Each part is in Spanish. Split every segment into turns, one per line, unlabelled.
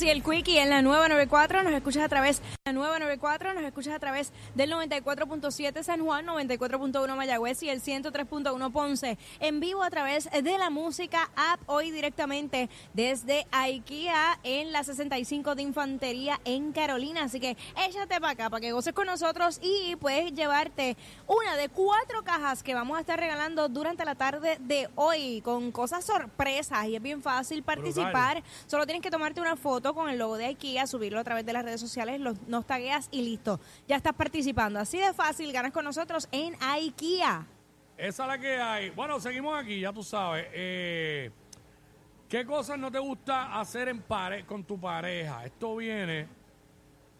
Sí, el Quickie en la nueva 94 nos escuchas a través la nueva 94 nos escuchas a través del 94.7 San Juan, 94.1 Mayagüez y el 103.1 Ponce. En vivo a través de la música app hoy directamente desde IKEA en la 65 de Infantería en Carolina, así que échate para acá para que goces con nosotros y puedes llevarte una de cuatro cajas que vamos a estar regalando durante la tarde de hoy con cosas sorpresas y es bien fácil participar. Solo tienes que tomarte una foto con el logo de IKEA, subirlo a través de las redes sociales, los, nos tagueas y listo. Ya estás participando. Así de fácil, ganas con nosotros en IKEA.
Esa es la que hay. Bueno, seguimos aquí, ya tú sabes. Eh, ¿Qué cosas no te gusta hacer en pare con tu pareja? Esto viene.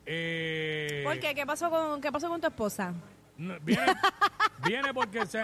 eh,
¿Por qué? ¿Qué pasó con, qué pasó con tu esposa?
n- Viene, viene porque se,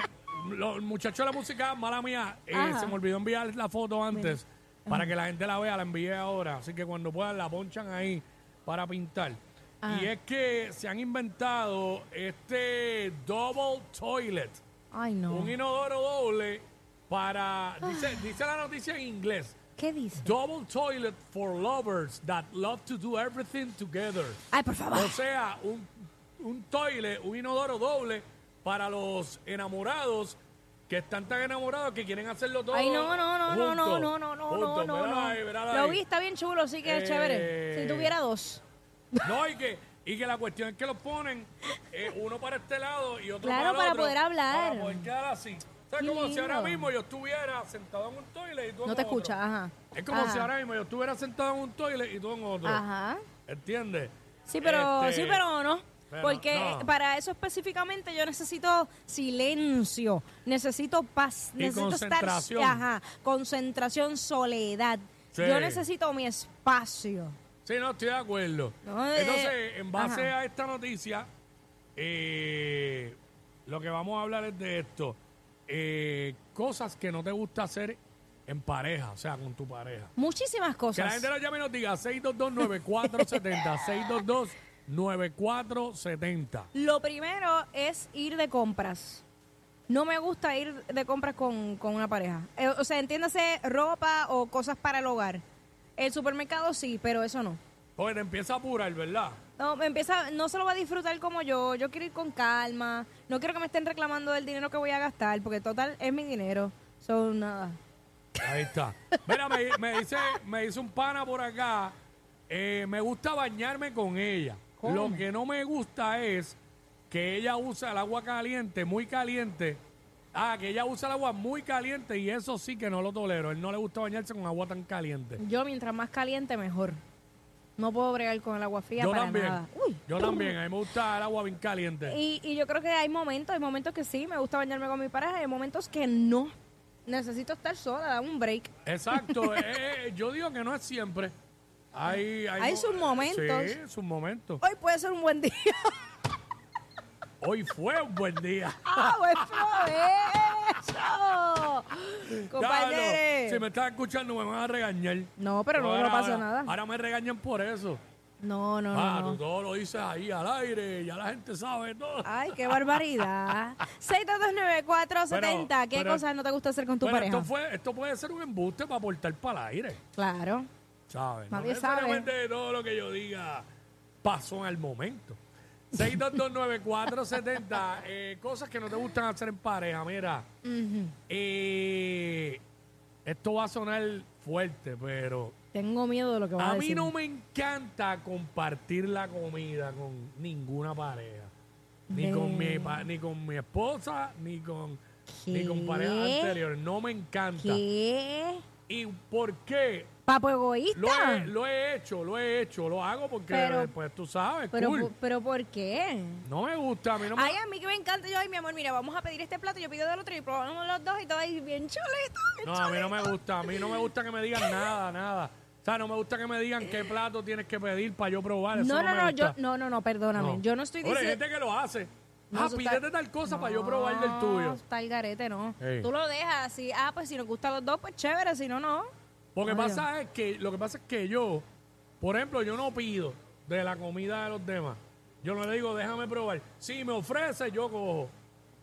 los muchachos de la música, mala mía, eh,
Ajá.
se me olvidó enviar la foto antes para que la gente la vea, la envié ahora. Así que cuando puedan la ponchan ahí para pintar.
Ajá.
Y es que se han inventado este double toilet.
Ay, no.
Un inodoro doble para. Dice, dice la noticia en inglés.
¿Qué dice?
Double toilet for lovers that love to do everything together.
Ay, por favor.
O sea, un, un toilet, un inodoro doble para los enamorados que están tan enamorados que quieren hacerlo todo.
Ay, no, no, no, no, no,
juntos,
no, no, no, no,
juntos.
no,
Míralo
no.
ahí, míralo
Lo
ahí.
vi, está bien chulo, sí que es
Eh.
chévere. Si tuviera dos.
No, y que, y que la cuestión es que los ponen eh, uno para este lado y otro
Claro,
para el
para
otro,
poder hablar.
Para poder quedar así. O sea,
Qué
como si
lindo.
ahora mismo yo estuviera sentado en un toilet y tú en
No te
otro.
escucha, ajá.
Es como
Ajá.
si ahora mismo yo estuviera sentado en un toilet y tú en otro.
Ajá.
¿Entiendes?
Sí, pero,
Este,
sí, pero no.
pero
Porque
no.
para eso específicamente yo necesito silencio, necesito paz,
Y
necesito
concentración.
estar, ajá, concentración, soledad.
Sí.
Yo necesito mi espacio.
Sí, no, estoy de acuerdo.
No, eh,
Entonces, en base
ajá.
a esta noticia, eh, lo que vamos a hablar es de esto. Eh, cosas que no te gusta hacer en pareja, o sea, con tu pareja.
Muchísimas
Que la
cosas.
gente nos llame y nos diga 622-9470, 622-9470.
Lo primero es ir de compras. No me gusta ir de compras con, con una pareja. Eh, o sea, entiéndase ropa o cosas para el hogar. El supermercado sí, pero eso no.
Porque te empieza a apurar, ¿verdad?
No, me empieza, no se lo va a disfrutar como yo. Yo quiero ir con calma. No quiero que me estén reclamando del dinero que voy a gastar, porque total es mi dinero. Son nada.
Ahí está. Mira, me, me dice, me dice un pana por acá, eh, me gusta bañarme con ella.
¿Cómo?
Lo que no me gusta es que ella usa el agua caliente, muy caliente. Ah, que ella usa el agua muy caliente y eso sí que no lo tolero. Él no le gusta bañarse con agua tan caliente.
Yo mientras más caliente mejor. No puedo bregar con el agua fría
Yo
para
también.
nada. Uy.
Yo también. A mí me gusta el agua bien caliente.
Y, y yo creo que hay momentos, hay momentos que sí, me gusta bañarme con mi pareja, hay momentos que no. Necesito estar sola, dar un break.
Exacto. eh, eh, eh, yo digo que no es siempre. Hay,
Hay
mo-
sus momentos.
Sí, sus momentos.
Hoy puede ser un buen día.
Hoy fue un buen día.
¡Ah, pues provecho!
Diablo, Si
Compañeros.
me estás escuchando, me van a regañar.
No, pero no, no
Ahora-
pasa
ahora-
nada.
Ahora me regañan por eso.
No, no,
ah,
no.
tú todo lo dices ahí al aire, ya la gente sabe todo.
Ay, qué barbaridad. 6229470. ¿Qué
Pero-
cosas no te gusta hacer con tu
Pero
pareja?
esto, fue, esto puede ser un embuste para aportar para el aire,
Claro.
¿sabes? No
Nadie sabe.
necesariamente todo lo que yo diga pasó en el momento. 6229470, eh, cosas que no te gustan hacer en pareja, mira. eh, esto va a sonar fuerte, pero
Tengo miedo de lo que va a,
A mí
decir.
no me encanta compartir la comida con ninguna pareja. Ni, con, mi, pa- ni con mi esposa, ni con, ni con
¿Qué?
parejas anteriores. No me encanta.
¿Qué?
¿Y por qué?
¿Papo egoísta?
Lo he, lo he hecho, lo he hecho, lo hago porque
Pero-
pues tú sabes,
pero,
cool.
po- pero ¿por qué?
No me gusta, a mí no me
Ay, a mí que me encanta. Yo, ay, mi amor, mira, vamos a pedir este plato. Yo pido del otro y probamos los dos y todo ahí bien chulito. bien
No, a mí no me gusta, a mí no me gusta que me digan nada, nada. O sea, no me gusta que me digan qué plato tienes que pedir para yo probar. Eso
No,
no,
no,
me
no,
gusta. este
yo, no, no, no, perdóname. Yo no estoy
Ahora, hay
diciendo.
gente que lo hace.
No,
ah,
eso está-
pídete tal cosa para yo probar del tuyo.
No, está el garete, no.
Ey.
Tú lo dejas así. Ah, pues si nos gustan los dos, pues chévere. Si no, no.
Porque
Obvio.
pasa es que, lo que pasa es que yo, por ejemplo, yo no pido de la comida de los demás. Yo no le digo, déjame probar. Si me ofrece, yo cojo.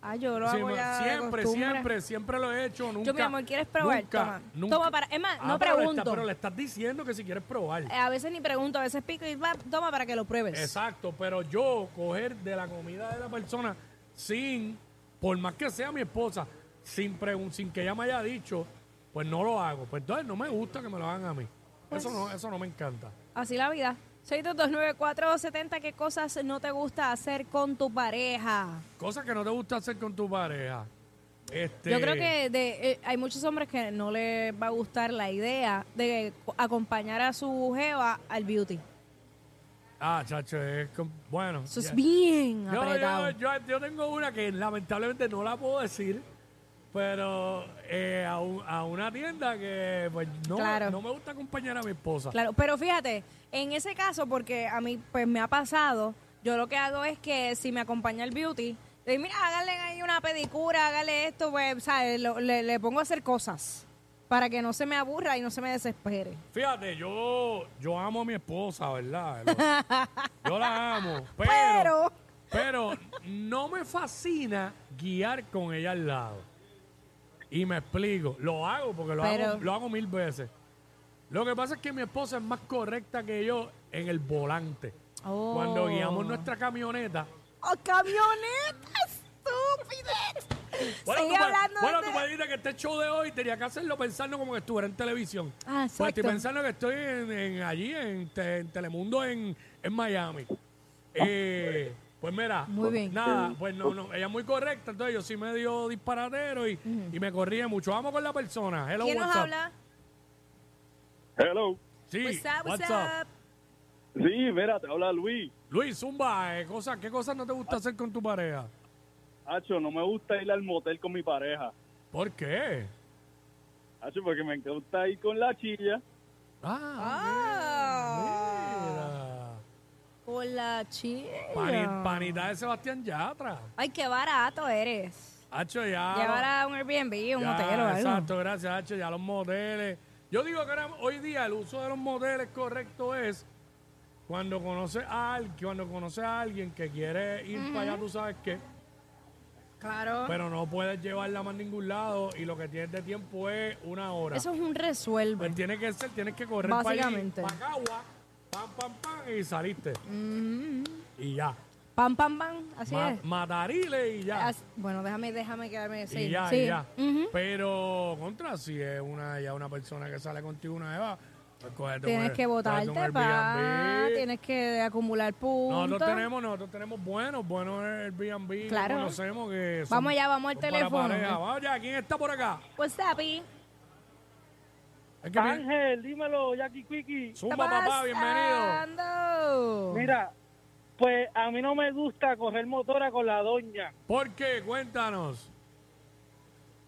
Ah, yo lo
Sí,
hago
ma-
ya de
siempre,
costumbre.
siempre, siempre lo he hecho. Nunca,
Yo, mi amor, ¿quieres probar?
nunca,
Toma.
nunca.
Toma para- es más,
Ah,
no
pero le
pregunto.
está- pero le estás diciendo que si quieres probar.
Eh, A veces ni pregunto, a veces pico y va, toma para que lo pruebes.
Exacto, pero yo coger de la comida de la persona sin, por más que sea mi esposa, sin, pregun- sin que ella me haya dicho, pues no lo hago. Pues entonces no me gusta que me lo hagan a mí.
Pues
eso, no, eso no me encanta.
Así la vida. 6229470, ¿qué cosas no te gusta hacer con tu pareja?
Cosas que no te gusta hacer con tu pareja. Este,
Yo creo que de- eh, hay muchos hombres que no les va a gustar la idea de co- acompañar a su jeva al beauty.
Ah, chacho, es com- bueno.
Eso es
ya.
bien
Yo-
apretado.
Yo, yo- yo tengo una que lamentablemente no la puedo decir, pero eh, a, un- a una tienda que pues, no,
Claro.
no me gusta acompañar a mi esposa.
Claro, pero fíjate, en ese caso, porque a mí pues me ha pasado, yo lo que hago es que si me acompaña el beauty, le digo, mira, háganle ahí una pedicura, hágale esto, pues, ¿sabes? Lo- le, le pongo a hacer cosas para que no se me aburra y no se me desespere.
Fíjate, yo, yo amo a mi esposa, ¿verdad? Lo- Yo la amo, pero,
Pero-
pero no me fascina guiar con ella al lado. Y me explico, lo hago porque lo,
Pero-
hago, lo hago mil veces. Lo que pasa es que mi esposa es más correcta que yo en el volante.
Oh.
Cuando guiamos nuestra camioneta.
¡Oh, camioneta, estúpida!
Bueno,
Sigue
tú, me-
hablando
bueno,
de-
tú me dijiste que este show de hoy tenía que hacerlo pensando como que estuviera en televisión.
Ah,
Pues estoy
exacto.
pensando que estoy en, en allí, en, te- en Telemundo, en, en Miami. Eh, pues mira,
Muy bien.
nada, pues no, no, ella es muy correcta, entonces yo sí me dio disparatero y, y me corría mucho. Vamos con la persona. Hello,
¿Quién nos
WhatsApp.
habla?
Hello.
Sí,
What's up, what's
WhatsApp.
up?
Sí, mira, te habla Luis.
Luis, Zumba, eh, cosa- ¿qué cosas no te gusta hacer con tu pareja?
Hacho, no me gusta ir al motel con mi pareja.
¿Por qué?
Hacho, porque me gusta ir con la chilla.
Ah. Oh,
Ah,
Con la
mira. Pani-
chilla.
panita de Sebastián Yatra.
Ay, qué barato eres.
Hacho, ya.
Llevar a un Airbnb, un
ya,
hotel o algo.
Exacto, gracias, Hacho. Ya los moteles. Yo digo que ahora- hoy día el uso de los moteles correcto es cuando conoces a alguien, cuando conoces a alguien que quiere ir para allá, tú sabes qué,
Claro.
pero no puedes llevarla más a ningún lado y lo que tienes de tiempo es una hora.
Eso es un resuelve.
Pues tiene que ser, tienes que correr para
Básicamente. Mm.
para Cagua, pam, pam, pam, y saliste. Y ya.
Mm-hmm. Pam, pam, pam. Así
Ma-
es.
matarile y ya.
As- bueno, déjame, déjame quedarme. Sí,
y ya,
sí. Mm-hmm.
y ya.
Ujú.
Pero, contra, si es una, ya una persona que sale contigo una Eva, pues cógete un-
Tienes que
cógete
votarte,
un
pa.
Airbnb.
Tienes que acumular puntos.
Nosotros tenemos, nosotros tenemos buenos, buenos Airbnb.
Claro.
Que conocemos que son-
Vamos allá, vamos al
son para
teléfono.
pareja. Vamos allá, ¿quién está por acá?
What's up, y?
Es que bien-
Ángel, dímelo, Jackie Quickie.
¿Qué
Zumba, papá,
está
bienvenido.
pasando?
Mira, pues a mí no me gusta correr motora con la doña.
¿Por qué? Cuéntanos.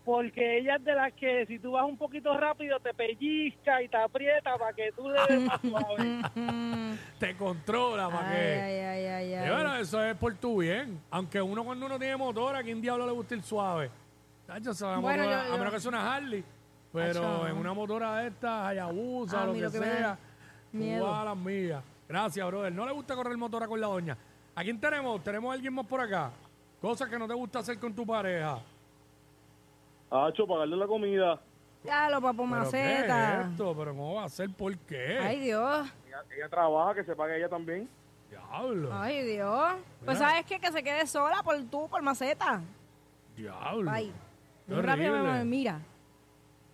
Porque ella es de las que si tú vas un poquito rápido te pellizca y te aprieta para que tú le des más suave.
Te controla para
Mm-hmm. Ay,
que.
ay, ay, ay, ay.
Y bueno, eso es por tu bien. Aunque uno cuando uno tiene motora, ¿a quién diablo le gusta ir suave? Tacho, se va a
Bueno,
motora,
yo- yo-
A menos que sea una Harley. Pero
Tacho.
en una motora de esta, Hayabusa,
A
lo
mí
que,
Ah, lo que me
sea,
da miedo.
tú vas a las millas. Gracias, brother. No le gusta correr motora con la doña. ¿A quién tenemos? ¿Tenemos a alguien más por acá? Cosas que no te gusta hacer con tu pareja.
Hacho, pagarle la comida.
Ya lo papo
¿Pero ¿Qué es
maceta.
esto? ¿Pero cómo va a ser? ¿Por qué?
Ay, Dios.
Ella, trabaja, que se pague ella también.
Diablo.
Ay, Dios. Pues,
Mira.
¿sabes qué? Que se quede sola por tú, por maceta.
Diablo.
Ay.
Qué
Yo rápido
horrible.
me mira.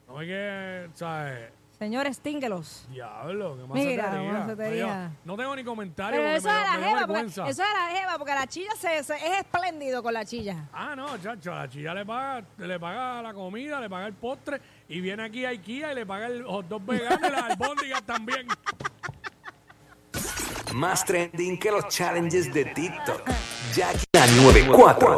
No hay que, ¿sabes?
Señores, tínguelos.
Diablo, qué
Mira,
macetería.
macetería.
No, tengo ni comentario
Pero
porque
eso
me,
de
da- me
la
da
jeva,
vergüenza.
porque, eso de la jeva, porque la chilla se, se- es espléndido con la chilla.
Ah, no, chacho, a la chilla le paga, le paga la comida, le paga el postre y viene aquí a IKEA y le paga el hot dog vegano y las albóndigas también.
Más trending que los challenges de TikTok. Jackie la 94.